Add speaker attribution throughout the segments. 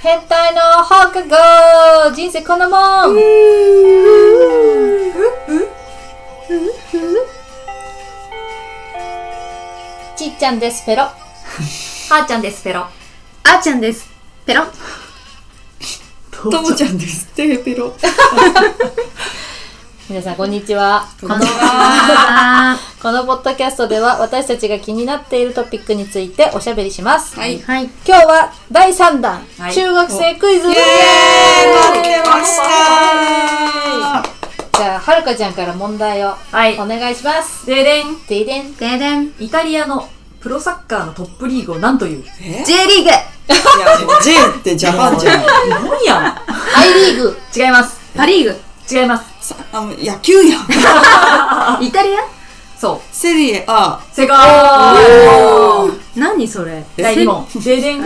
Speaker 1: 変態の放課後人生こんなもんちっちゃんですペロはーちゃんですペロ
Speaker 2: あーちゃんです。ペロン。
Speaker 3: ともちゃんです。テヘペロ。
Speaker 1: 皆さんこんにちはこの
Speaker 2: は
Speaker 1: このポッドキャストでは私たちが気になっているトピックについておしゃべりします、
Speaker 3: はい。
Speaker 2: はい。
Speaker 1: 今日は第3弾、
Speaker 3: はい
Speaker 1: 中学生クイズイエーイ
Speaker 3: 待ってました
Speaker 1: じゃあはるかちゃんから問題を
Speaker 4: はい
Speaker 1: お願いします
Speaker 4: ででん
Speaker 1: でいでん
Speaker 2: ででん。
Speaker 4: イタリアのプロサッカーのトップリーグを何という
Speaker 3: え
Speaker 2: J リーグ。
Speaker 3: いや、もう J ってジャパンじゃん。
Speaker 4: 日本やん
Speaker 1: I リーグ
Speaker 4: 違います
Speaker 2: パリーグ。
Speaker 4: 違います
Speaker 3: さあの野球やん。
Speaker 2: イタリ
Speaker 4: そ
Speaker 3: セリエ A。
Speaker 4: う正解
Speaker 2: ア何それ
Speaker 4: 第2問ででん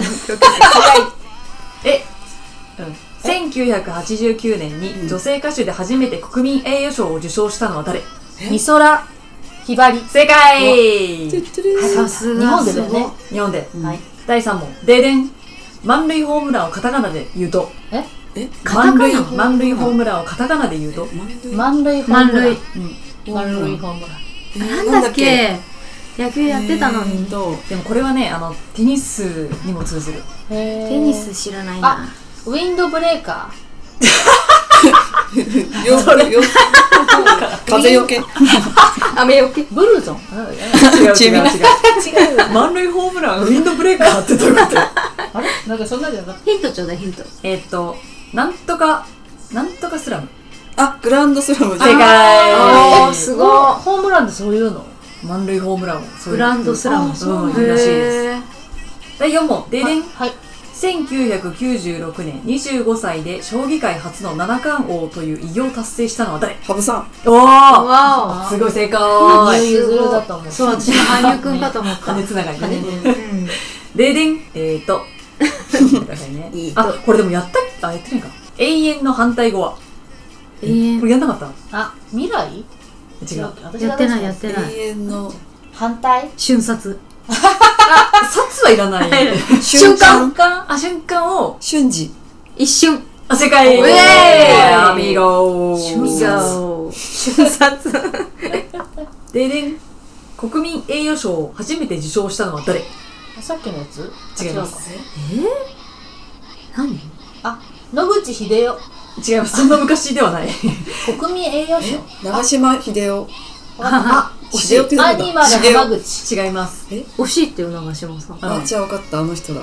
Speaker 4: えうん1989年に女性歌手で初めて国民栄誉賞を受賞したのは誰
Speaker 1: 美空ひばり
Speaker 4: 正解
Speaker 3: トゥトゥルー
Speaker 2: さす
Speaker 1: 日本でだよね
Speaker 4: 日本で、
Speaker 1: はい
Speaker 4: 第3問ででん満塁ホームランをカタカナで言うと
Speaker 1: え
Speaker 3: え
Speaker 4: 満塁
Speaker 2: カタカナ
Speaker 4: 満塁ホームランをカタカナで言うと
Speaker 1: 満塁ホー
Speaker 2: 満
Speaker 1: ムラン
Speaker 2: 塁。
Speaker 1: 満塁ホームラン
Speaker 2: なんだっけ野球やってたのに。
Speaker 3: と、
Speaker 4: でもこれはねあのテニスにも通ずる
Speaker 1: へー
Speaker 2: テニス知らない
Speaker 1: あ
Speaker 2: な。
Speaker 1: ウィンドブレーカ
Speaker 3: よ、よ、風よけ。
Speaker 2: 雨よけ。
Speaker 1: ーブル ゾン
Speaker 4: 違う
Speaker 3: 地味
Speaker 4: 違う
Speaker 3: な
Speaker 4: 違う満塁ホームランウィンドブレーカーってどういうこと
Speaker 1: あれなんかそんなじゃなかっ
Speaker 2: ヒントちょうだい、ヒント。
Speaker 4: えっとなんとかなんとかスラム
Speaker 3: あ、グランドスラムじ
Speaker 4: 正
Speaker 3: ゃん。
Speaker 4: 解
Speaker 2: ーす
Speaker 1: たホホームランでそういうの
Speaker 4: 満塁ホームランをそういう
Speaker 2: グランドスラム
Speaker 4: あそううんらしいです
Speaker 2: へー
Speaker 4: 第4問デデン
Speaker 1: はい
Speaker 4: 1996年25歳で将棋界初の七冠王という偉業を達成したのは誰
Speaker 3: ハブさん。
Speaker 4: おお
Speaker 2: わ
Speaker 4: すごい正
Speaker 1: 羽
Speaker 4: 解
Speaker 1: 生結弦だと思う
Speaker 2: お。そう、私も羽生くんかと思 った。
Speaker 4: 金つながりだね
Speaker 2: うん
Speaker 4: ででんえーとちょっと待ってくださいね
Speaker 3: いい
Speaker 4: あこれでもやったあやってないか永遠の反対語は
Speaker 2: 永遠
Speaker 4: こ。れやんなかった
Speaker 1: あ未来違
Speaker 4: 違う
Speaker 1: 私
Speaker 2: やってない、やって
Speaker 3: 永
Speaker 2: ない。
Speaker 3: 遠の
Speaker 1: 反対
Speaker 2: 瞬殺。
Speaker 4: 札はいらない
Speaker 3: 瞬間。
Speaker 1: 間
Speaker 4: あ瞬間を
Speaker 3: 瞬時。
Speaker 2: 一瞬。
Speaker 4: あ正解
Speaker 2: ウェーイ
Speaker 4: アミゴ
Speaker 3: 瞬殺
Speaker 2: 瞬殺。
Speaker 4: ででん国民栄誉賞を初めて受賞したのは誰
Speaker 1: さっきのやつ
Speaker 4: 違います
Speaker 2: 何
Speaker 1: あ違うか野口英世
Speaker 4: 違いますそんな昔ではない
Speaker 1: 国民栄誉賞
Speaker 3: 長島秀夫。
Speaker 4: あ
Speaker 3: 秀夫って
Speaker 1: ア
Speaker 3: 誰だ
Speaker 1: ニマル
Speaker 3: 秀
Speaker 1: 浜
Speaker 3: 夫。
Speaker 1: 口
Speaker 4: 違います
Speaker 2: 惜しいっていう長島さん。
Speaker 4: あ
Speaker 3: あ、じゃあ分かった、あの人だ。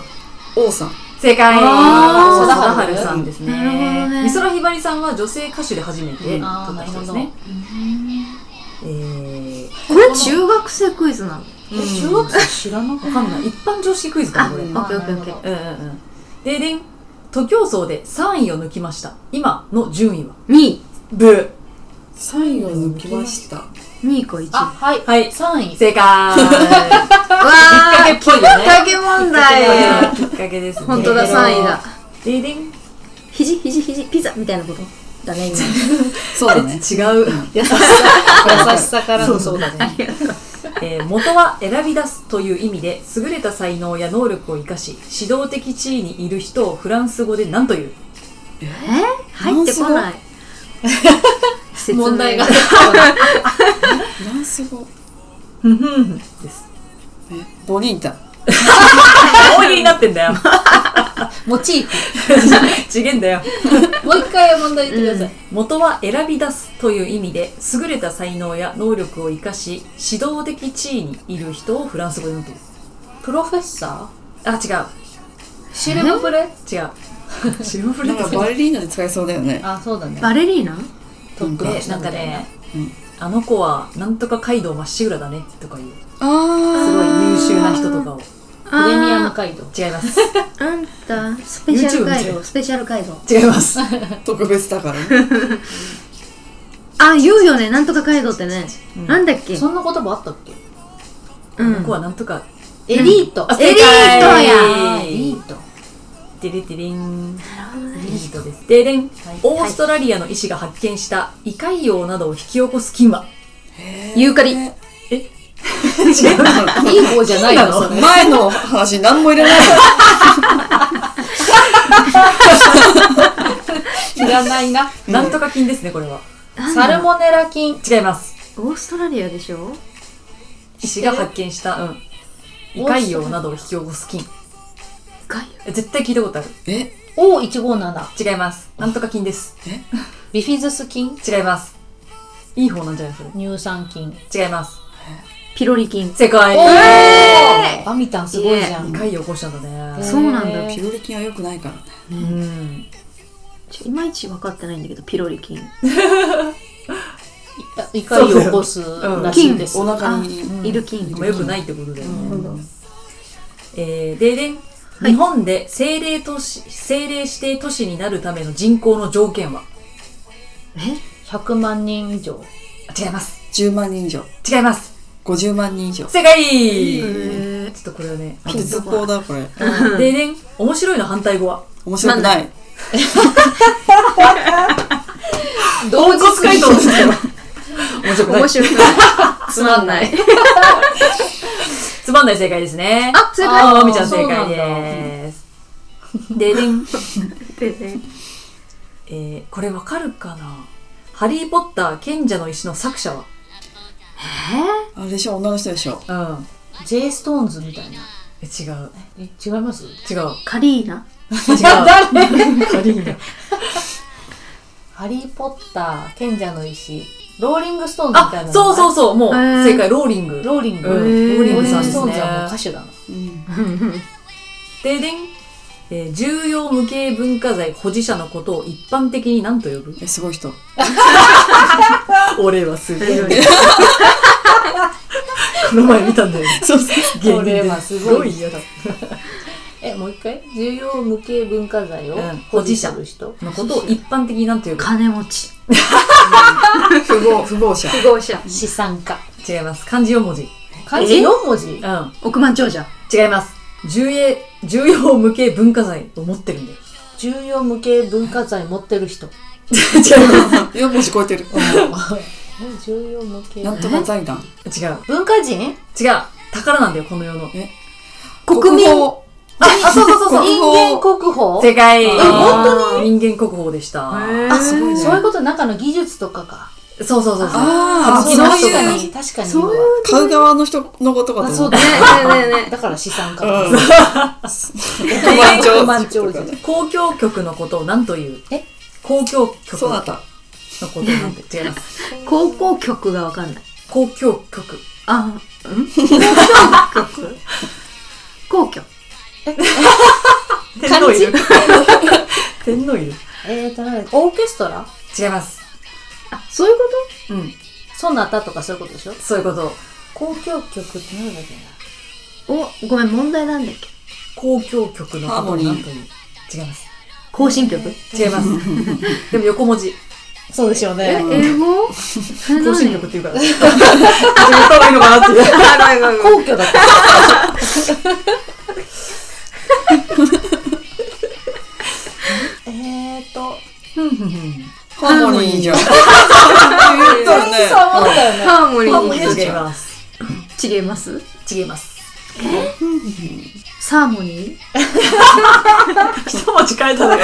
Speaker 3: 王さん。
Speaker 4: 正解
Speaker 2: あ
Speaker 1: ー
Speaker 4: 貞治さんですね
Speaker 2: なるほどね
Speaker 4: 美空ひばりさんは女性歌手で初めて取っ
Speaker 1: あー
Speaker 4: た人ですねえー
Speaker 2: これ中学生クイズなの
Speaker 1: え中学生知らなかっ
Speaker 4: わかんない一般常識クイズかなこれうん
Speaker 2: オ
Speaker 4: うん
Speaker 2: ッケーオッケーオッケー
Speaker 4: うんででん徒競走で3位を抜きました今の順位は
Speaker 2: 2位。
Speaker 4: ブ
Speaker 3: 3位を抜きました。
Speaker 2: 2位か1位。
Speaker 1: たあはい
Speaker 4: はい
Speaker 1: 3位
Speaker 4: 正 解きっか
Speaker 2: わ
Speaker 4: けっぽいよね
Speaker 2: け問
Speaker 4: きっかけですね
Speaker 2: 本当だ、3位だ。
Speaker 4: ででん
Speaker 2: 肘、肘、肘、ピザみたいなことだね、
Speaker 3: そうだね。
Speaker 4: 違う
Speaker 1: 優しさ優しさからのそうだね
Speaker 4: えー元は選び出すという意味で優れた才能や能力を生かし指導的地位にいる人をフランス語で何という
Speaker 2: 今。え入ってこない。説明
Speaker 1: 問題が。
Speaker 3: フランス語。
Speaker 4: ふんふんふんです
Speaker 3: えボニータ。
Speaker 4: 大喜利になってんだ よ
Speaker 1: モチー
Speaker 4: 違えんだよ
Speaker 1: フもう一回問題言ってください
Speaker 4: 元は選び出すという意味で優れた才能や能力を生かし指導的地位にいる人をフランス語で何という
Speaker 1: プロフェッサ
Speaker 4: あ違う
Speaker 1: ーシルブプレ
Speaker 4: 違う シルバープレ
Speaker 3: なん
Speaker 4: ート
Speaker 3: かバレリーナで使えそうだよね。
Speaker 1: あそうだね
Speaker 2: バレリーナ
Speaker 3: なんか
Speaker 4: でなんかね、
Speaker 3: うん
Speaker 4: あの子はなんとか街道まっしぐらだねとかいうす
Speaker 3: あ
Speaker 4: ごい優秀な人とかを
Speaker 2: プ
Speaker 1: プレミアム街道
Speaker 4: 違います
Speaker 2: あんた、スペシャル
Speaker 4: YouTube みたい
Speaker 2: 街道、スペシャル街道。
Speaker 4: 違います
Speaker 3: あ、特別だからね。
Speaker 2: あ、言うよね、なんとか街道ってね。
Speaker 4: ん
Speaker 2: なんだっけ
Speaker 1: そんな言葉あったっけ
Speaker 2: う
Speaker 4: こ
Speaker 2: ん
Speaker 4: こ。はなんとか
Speaker 1: エリート
Speaker 4: あ
Speaker 2: エリート
Speaker 1: あ
Speaker 2: や
Speaker 1: エリート
Speaker 4: デレデレンエリートですデレンオーストラリアの医師が発見した胃潰瘍などを引き起こす菌は
Speaker 2: ユーカリ。
Speaker 4: 違う
Speaker 1: いい方じゃないのそれ
Speaker 3: 前の話何も入れないの
Speaker 1: 知らないな。
Speaker 4: なんとか菌ですね、これは。
Speaker 1: サルモネラ菌。
Speaker 4: 違います。
Speaker 2: オーストラリアでしょ
Speaker 4: 医師が発見した、うん。胃潰瘍などを引き起こす菌。
Speaker 2: 外よ
Speaker 4: え絶対聞いたことある。
Speaker 3: え
Speaker 1: O157。
Speaker 4: 違います。なんとか菌です。
Speaker 3: え
Speaker 1: ビフィズス菌。
Speaker 4: 違います。いい方なんじゃないそ
Speaker 1: 乳酸菌。
Speaker 4: れ。違います。
Speaker 2: ピロリ菌
Speaker 4: 正解
Speaker 1: お
Speaker 4: 胃
Speaker 1: ーバミタンすごいじゃん。
Speaker 4: 潰瘍起こしたんだね。
Speaker 2: そうなんだ
Speaker 1: へー
Speaker 3: ピロリ菌は良くないからね。
Speaker 4: うん。
Speaker 2: ちょいまいち分かってないんだけどピロリ菌
Speaker 1: い胃潰瘍を起こすらしいです。
Speaker 3: お腹に。
Speaker 2: あいる菌
Speaker 4: まあ、よくないってことだよね。
Speaker 3: うん
Speaker 4: えー、ででん、
Speaker 2: い
Speaker 4: 日本で政令都市、政令指定都市になるための人口の条件は
Speaker 2: え
Speaker 1: 100万人以上。
Speaker 4: 違います。
Speaker 3: 10万人以上。
Speaker 4: 違います。
Speaker 3: 50万人以上。
Speaker 4: 正解、
Speaker 2: ー
Speaker 4: ちょっとこれはね。
Speaker 3: あ鉄砲だ、これ。
Speaker 4: ででん、面白いの反対語は
Speaker 3: 面白くない。
Speaker 1: 同時
Speaker 4: 回答ですよ。面白くない
Speaker 2: 面。白くないつまんない
Speaker 4: つまんない正解ですね。
Speaker 2: あ正解
Speaker 4: あーまみちゃん正
Speaker 1: そうな
Speaker 4: 解
Speaker 1: ん
Speaker 4: です。ででん、
Speaker 2: でで
Speaker 4: えー、これわかるかなハリーポッター賢者の石の作者
Speaker 3: あれでしょ、女の人でしょ。
Speaker 4: はうん。
Speaker 1: J ストーンズみたいな。
Speaker 4: え違う。
Speaker 1: え、違います
Speaker 4: 違う。
Speaker 2: カリーナ
Speaker 4: 違う。
Speaker 1: 誰
Speaker 4: カリーナ。
Speaker 1: ハリー・ポッター、賢者の石、ローリングストーンズみたい
Speaker 4: あ
Speaker 1: な、
Speaker 4: そうそう
Speaker 1: う。
Speaker 4: そう、もう、
Speaker 2: えー
Speaker 4: 正解、ローリング。
Speaker 1: ローリング。
Speaker 4: うん
Speaker 2: ローリングさんです
Speaker 1: ローリングスト
Speaker 2: ね
Speaker 1: ーンズはもう歌手だな。
Speaker 3: うん。
Speaker 4: ででん、えー重要無形文化財保持者のことを一般的に何と呼ぶ
Speaker 3: え、すごい人。
Speaker 4: 俺はすごい。この前見たんだよね。
Speaker 3: そうそう。
Speaker 4: 芸人で
Speaker 1: 俺はすごい
Speaker 4: すごいや
Speaker 1: え、もう一回重要無形文化財を
Speaker 4: うん
Speaker 1: 保持者の人。
Speaker 4: つのことを一般的に何と呼ぶ
Speaker 2: 金持ち
Speaker 3: 不合、 不合者。
Speaker 2: 不合者
Speaker 1: 資産家。
Speaker 4: 違います。漢字4文字。
Speaker 1: 漢字
Speaker 2: え
Speaker 1: 4文字
Speaker 4: うん。
Speaker 2: 億万長者
Speaker 4: 違います。重要、重要無形文化財を持ってるんだよ。
Speaker 1: 重要無形文化財持ってる人。
Speaker 4: 違いま
Speaker 3: 4文字超えてる。
Speaker 1: 重要無形。
Speaker 3: なんとか財団。
Speaker 4: す。違う。
Speaker 1: 文化人
Speaker 4: 違う。宝なんだよ、この世の。
Speaker 1: 国民
Speaker 3: 宝
Speaker 4: あ、あそうそうそうそう。
Speaker 1: 人間国宝
Speaker 4: 正解。え、
Speaker 1: 本
Speaker 4: 当に人間国宝でした。
Speaker 3: あ、すごいね。
Speaker 1: そういうこと、中の技術とかか。
Speaker 4: そうそうそうそう。
Speaker 3: ああ、
Speaker 1: そう
Speaker 3: そう
Speaker 1: だそうだ
Speaker 3: いう。
Speaker 1: ね確かに。
Speaker 2: そういう
Speaker 3: 買う側の人のことか
Speaker 1: あ、
Speaker 3: と
Speaker 1: そう
Speaker 3: 思う。
Speaker 1: だ ね。
Speaker 2: ねえねえねえ
Speaker 1: だから資産家。億
Speaker 3: 億万
Speaker 1: 万
Speaker 3: 長
Speaker 1: 長
Speaker 3: 者
Speaker 1: 者。
Speaker 4: 公共局のことを何という
Speaker 1: え
Speaker 4: 公共局
Speaker 3: そうだっ
Speaker 4: のこ
Speaker 3: た。
Speaker 4: とをなんて違い ます。
Speaker 2: 高校局がわかんない
Speaker 4: 公共局。
Speaker 2: あうん高校局皇居
Speaker 4: 天皇いる 天皇いる
Speaker 1: えーと、なんだっけオーケストラ
Speaker 4: 違います。
Speaker 2: あそういうこ
Speaker 4: うん。
Speaker 1: そなたとかそういうことでしょ
Speaker 4: そういうこと。
Speaker 1: 交響曲ってなんだっけな
Speaker 2: とおごめん問題なんだっけ
Speaker 4: 公共局のこ
Speaker 3: ハー
Speaker 4: と
Speaker 3: モ
Speaker 4: を
Speaker 3: ニー
Speaker 4: 何という違います。
Speaker 2: 更新局
Speaker 4: 違います。でも横文字。
Speaker 1: そうでしょう
Speaker 2: え。英 語
Speaker 4: 更
Speaker 2: 更
Speaker 4: 新局っていうから。違った方がいいのかなっていう。
Speaker 1: 皇居だった。えーと、
Speaker 3: ハーモニーじゃん。言ったらね。
Speaker 1: そうだよね。
Speaker 2: ハーモニ
Speaker 3: ハーモニ
Speaker 2: ー
Speaker 3: ー
Speaker 4: 違います。
Speaker 2: 違います
Speaker 4: 違います。
Speaker 2: サーモニー
Speaker 4: 一文字変えただけ。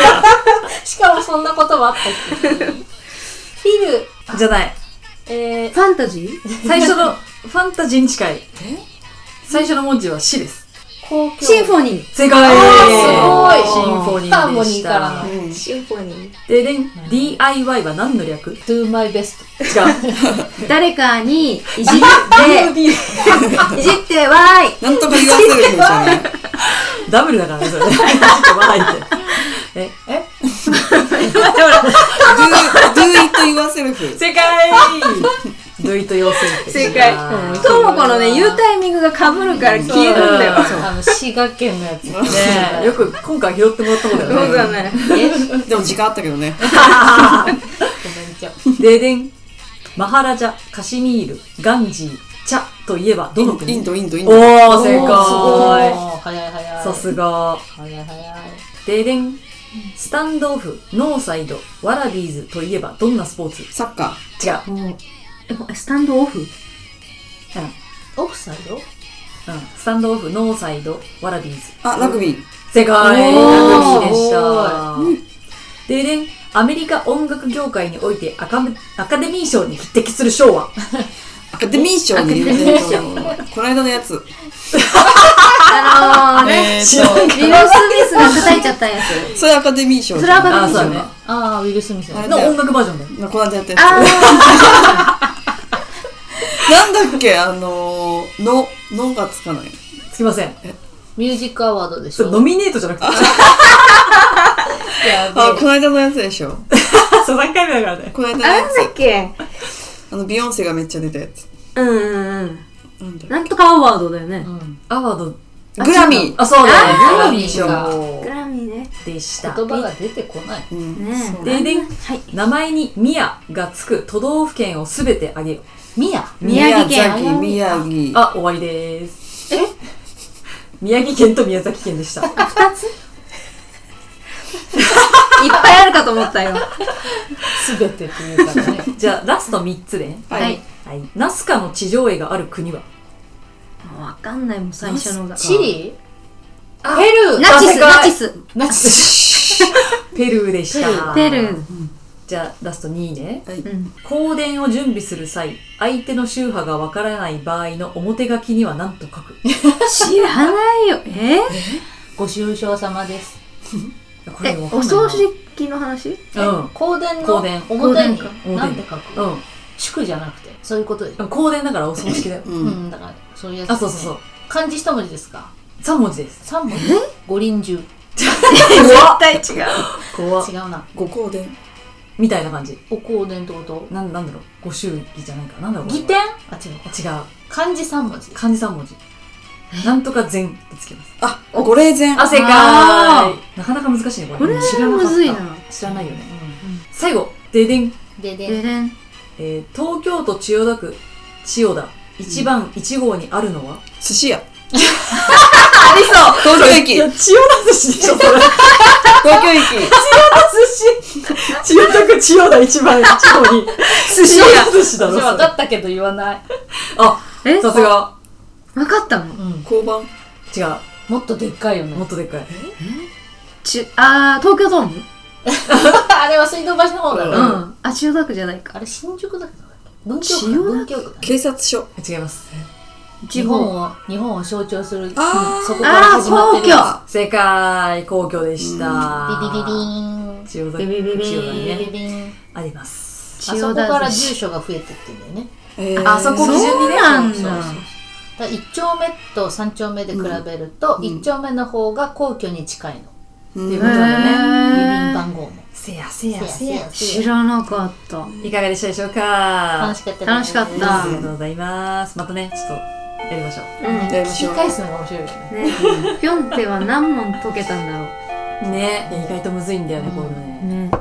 Speaker 1: しかもそんな言葉あったっけフィル、
Speaker 4: じゃない。
Speaker 1: えー、
Speaker 2: ファンタジー
Speaker 4: 最初のファンタジーに近い。最初の文字は死です。
Speaker 1: 公共。
Speaker 2: シンフォニー
Speaker 4: 正解
Speaker 1: あーすごい
Speaker 4: シンフォニーでした。
Speaker 1: ハーモニーからの
Speaker 3: うん
Speaker 2: シンフォニー
Speaker 4: ででん、DIY は何の略違う。
Speaker 1: do my best。
Speaker 2: 誰かにいじって いじってわーい
Speaker 3: なんとか言わせるんじゃない。
Speaker 4: ダブルだからね、それね。ちょっと笑いって。え、え
Speaker 3: ドゥイと言わせるふ。
Speaker 4: 正解ドイと妖精って。
Speaker 2: 正解ともこのね言うタイミングがかぶるから消えるんだよ
Speaker 4: そう
Speaker 1: あの、滋賀県のやつ。
Speaker 4: ねえ、よく今回拾ってもらったもんだ
Speaker 2: そう
Speaker 4: よね。
Speaker 2: だね
Speaker 3: でも時間あったけどね。
Speaker 1: ごめんちゃ
Speaker 4: ででん、マハラジャ、カシミール、ガンジー、チャといえばどの国
Speaker 3: インド、インド、イン
Speaker 4: おー
Speaker 3: ド。、
Speaker 4: 正
Speaker 1: お
Speaker 4: 解
Speaker 1: ー早い早い。
Speaker 4: さすが。
Speaker 1: 早い早い。
Speaker 4: ででん、スタンドオフ、ノーサイド、ワラビーズといえばどんなスポーツ
Speaker 3: サッカ
Speaker 4: 違う。
Speaker 2: もうえスタンドオフ
Speaker 1: オフサイド
Speaker 4: うん、スタンドオフノーサイドワラビーズ
Speaker 3: あ、ラグビー。
Speaker 4: 正解
Speaker 1: おー
Speaker 4: ラグビーでしたででんアメリカ音楽業界においてアカアカデミー賞に匹敵する賞は
Speaker 3: アカデミー賞に入れてるこの間のや つ。
Speaker 2: あのーね、
Speaker 3: え
Speaker 4: 知らん
Speaker 3: ー
Speaker 2: ウィル・スミスが叩いちゃったやつ。
Speaker 3: と、それアカデミー賞。
Speaker 2: それアカデミー
Speaker 4: あ
Speaker 2: 賞
Speaker 4: そうだね
Speaker 1: ああ、ウィル・スミスね
Speaker 3: あれ
Speaker 4: の音楽バージョンだよ
Speaker 3: この間やったや
Speaker 2: あ
Speaker 3: つ。 なんだっけ、あのー、の、のがつかない。
Speaker 4: すいません
Speaker 1: ミュージックアワードでし
Speaker 4: それ
Speaker 1: ょ。
Speaker 4: ノミネートじゃ なくて
Speaker 1: やべえ
Speaker 3: あ、この間のやつでしょ。
Speaker 4: そう3回目だからね
Speaker 3: この
Speaker 2: ー、
Speaker 3: 間のや
Speaker 2: なんだっけ
Speaker 3: つ。あの、ビヨンセがめっちゃ出たやつ。
Speaker 2: うんうんうん。
Speaker 3: なんだろ
Speaker 2: なんとかアワードだよね
Speaker 1: う。ん
Speaker 4: アワード
Speaker 3: うグラミー。
Speaker 4: あそうだね
Speaker 1: あー
Speaker 4: グラミー賞
Speaker 2: グラミーね。
Speaker 4: でした
Speaker 1: 言葉が出てこない。
Speaker 3: うん
Speaker 2: ねえ
Speaker 3: そう
Speaker 4: ででん
Speaker 2: はい。
Speaker 4: 名前に宮がつく都道府県をすべてあげよ
Speaker 1: ミヤ
Speaker 2: 宮城県
Speaker 3: 崎宮
Speaker 4: う
Speaker 3: 城。
Speaker 4: あ終わりですえ宮城県と宮崎県でした
Speaker 2: いっぱいあるかと思ったよ。
Speaker 1: すべてっていうからね。
Speaker 4: じゃあラスト3つね
Speaker 2: は
Speaker 3: はいい。
Speaker 4: はいナスカの地上絵がある国は
Speaker 2: もうわかんないもん、最初のが。
Speaker 1: チリ
Speaker 4: あ
Speaker 1: ペルー
Speaker 2: ナチ
Speaker 4: 正
Speaker 2: ス、
Speaker 4: 解
Speaker 2: ナチス。
Speaker 1: ナチス。
Speaker 4: ペルーでした
Speaker 2: ペルー。
Speaker 4: じゃあラスト2位ね
Speaker 2: うん。
Speaker 4: 香典を準備する際相手の宗派がわからない場合の表書きには何と書く
Speaker 2: 知らないよ。え
Speaker 1: ご愁傷様です。
Speaker 4: こ
Speaker 2: え、
Speaker 4: わかん
Speaker 2: お
Speaker 4: ないな
Speaker 2: 葬式の話
Speaker 4: うん
Speaker 1: 香典
Speaker 4: 香
Speaker 1: の
Speaker 4: 典
Speaker 1: 表に
Speaker 2: 香
Speaker 4: 典か
Speaker 1: 何て書
Speaker 4: う
Speaker 1: く祝じゃなくて、そういうことでしょ。
Speaker 4: ん香典だからお葬式だよ
Speaker 3: う。
Speaker 1: うんん、だから、そういうやつ。
Speaker 4: あそうそうそう。
Speaker 1: 漢字一文字ですか
Speaker 4: 3文字です
Speaker 1: 三文字五輪中。違
Speaker 2: 絶対違う。
Speaker 4: 怖っ
Speaker 1: うな。
Speaker 3: ご香典。
Speaker 4: みたいな感じ
Speaker 1: お香典ってこと
Speaker 4: なんなんだろうご祝儀じゃないかなんだろうこれ
Speaker 1: 義
Speaker 4: は
Speaker 1: 典あ、違う。
Speaker 4: あ違う
Speaker 1: 漢字三文字。
Speaker 4: 漢字3文字なんとか善ってつけます
Speaker 3: あ、ご霊前。
Speaker 4: あ正解
Speaker 2: あ
Speaker 4: なかなか難しいねこ
Speaker 2: こ
Speaker 4: れ
Speaker 2: れ
Speaker 4: 知らな
Speaker 2: は
Speaker 4: かった
Speaker 2: むずいな。
Speaker 4: 知らないよね
Speaker 1: う
Speaker 4: 最後ででん
Speaker 1: んで
Speaker 2: で
Speaker 1: で、
Speaker 2: でん。
Speaker 4: えー東京都千代田区千代田一番一号にあるのは、
Speaker 3: 寿司 屋。
Speaker 2: ありそう
Speaker 3: 東京駅。東
Speaker 4: 千代田寿司でしょそれ
Speaker 3: 京駅。
Speaker 4: 寿司千代田区千代田一番一号に寿
Speaker 2: 司屋
Speaker 4: 寿司だろ
Speaker 1: 私
Speaker 4: そ
Speaker 1: 分
Speaker 4: れ
Speaker 1: かったけど言わない。
Speaker 4: あ
Speaker 2: え
Speaker 4: さすが
Speaker 2: わかったの
Speaker 1: うん。
Speaker 3: 交番。
Speaker 4: 違
Speaker 1: もっと でっかいよ
Speaker 4: うも
Speaker 1: ね
Speaker 4: っ。とでっかい
Speaker 2: ち、あー、東京ドーム
Speaker 1: あれは水道橋の方だ
Speaker 2: う
Speaker 1: ろ。
Speaker 2: ん。あ、千代田区じゃないか。
Speaker 1: あれ新宿だっけ文京区
Speaker 2: 千代
Speaker 1: だ
Speaker 2: 田区
Speaker 1: 文京区だ
Speaker 3: 警察署。
Speaker 4: 違います
Speaker 1: 日本を日本を象徴する、うん、そ
Speaker 3: あー
Speaker 1: こから始まってるや
Speaker 4: 正解皇居でした
Speaker 1: つビビビビーン
Speaker 4: 千代田
Speaker 2: ビビビビ
Speaker 4: 区千
Speaker 1: ビ
Speaker 4: 代田
Speaker 1: ビ
Speaker 4: にね
Speaker 1: ビビン
Speaker 4: あります
Speaker 1: あそこから住所が増えてってんだよね
Speaker 3: えー
Speaker 4: あそこ基準にね
Speaker 2: そうなんだ
Speaker 1: そうそうそうだ1丁目と3丁目で比べると、
Speaker 3: うん
Speaker 1: 一1丁目の方が皇居に近いの
Speaker 3: うん
Speaker 4: っていうことだ
Speaker 1: 郵
Speaker 2: へー
Speaker 1: 便番号も
Speaker 4: せやせや
Speaker 1: せ
Speaker 4: せ
Speaker 1: や
Speaker 4: や
Speaker 1: せ
Speaker 2: 知
Speaker 1: や
Speaker 2: らなかった。
Speaker 4: いかがでしたでしょうか
Speaker 1: 楽しかったです
Speaker 2: 楽しかった
Speaker 4: ありがとうございますまたねちょっとやりましょ
Speaker 2: うん
Speaker 3: やりまし
Speaker 1: 聞
Speaker 3: ょ
Speaker 1: き
Speaker 3: う
Speaker 1: 返すのが面白いよね
Speaker 2: ね、ピョンテは何問解けたんだろ
Speaker 4: うね意外とむずいんだよねこういうの
Speaker 2: う。
Speaker 4: ね
Speaker 2: ね。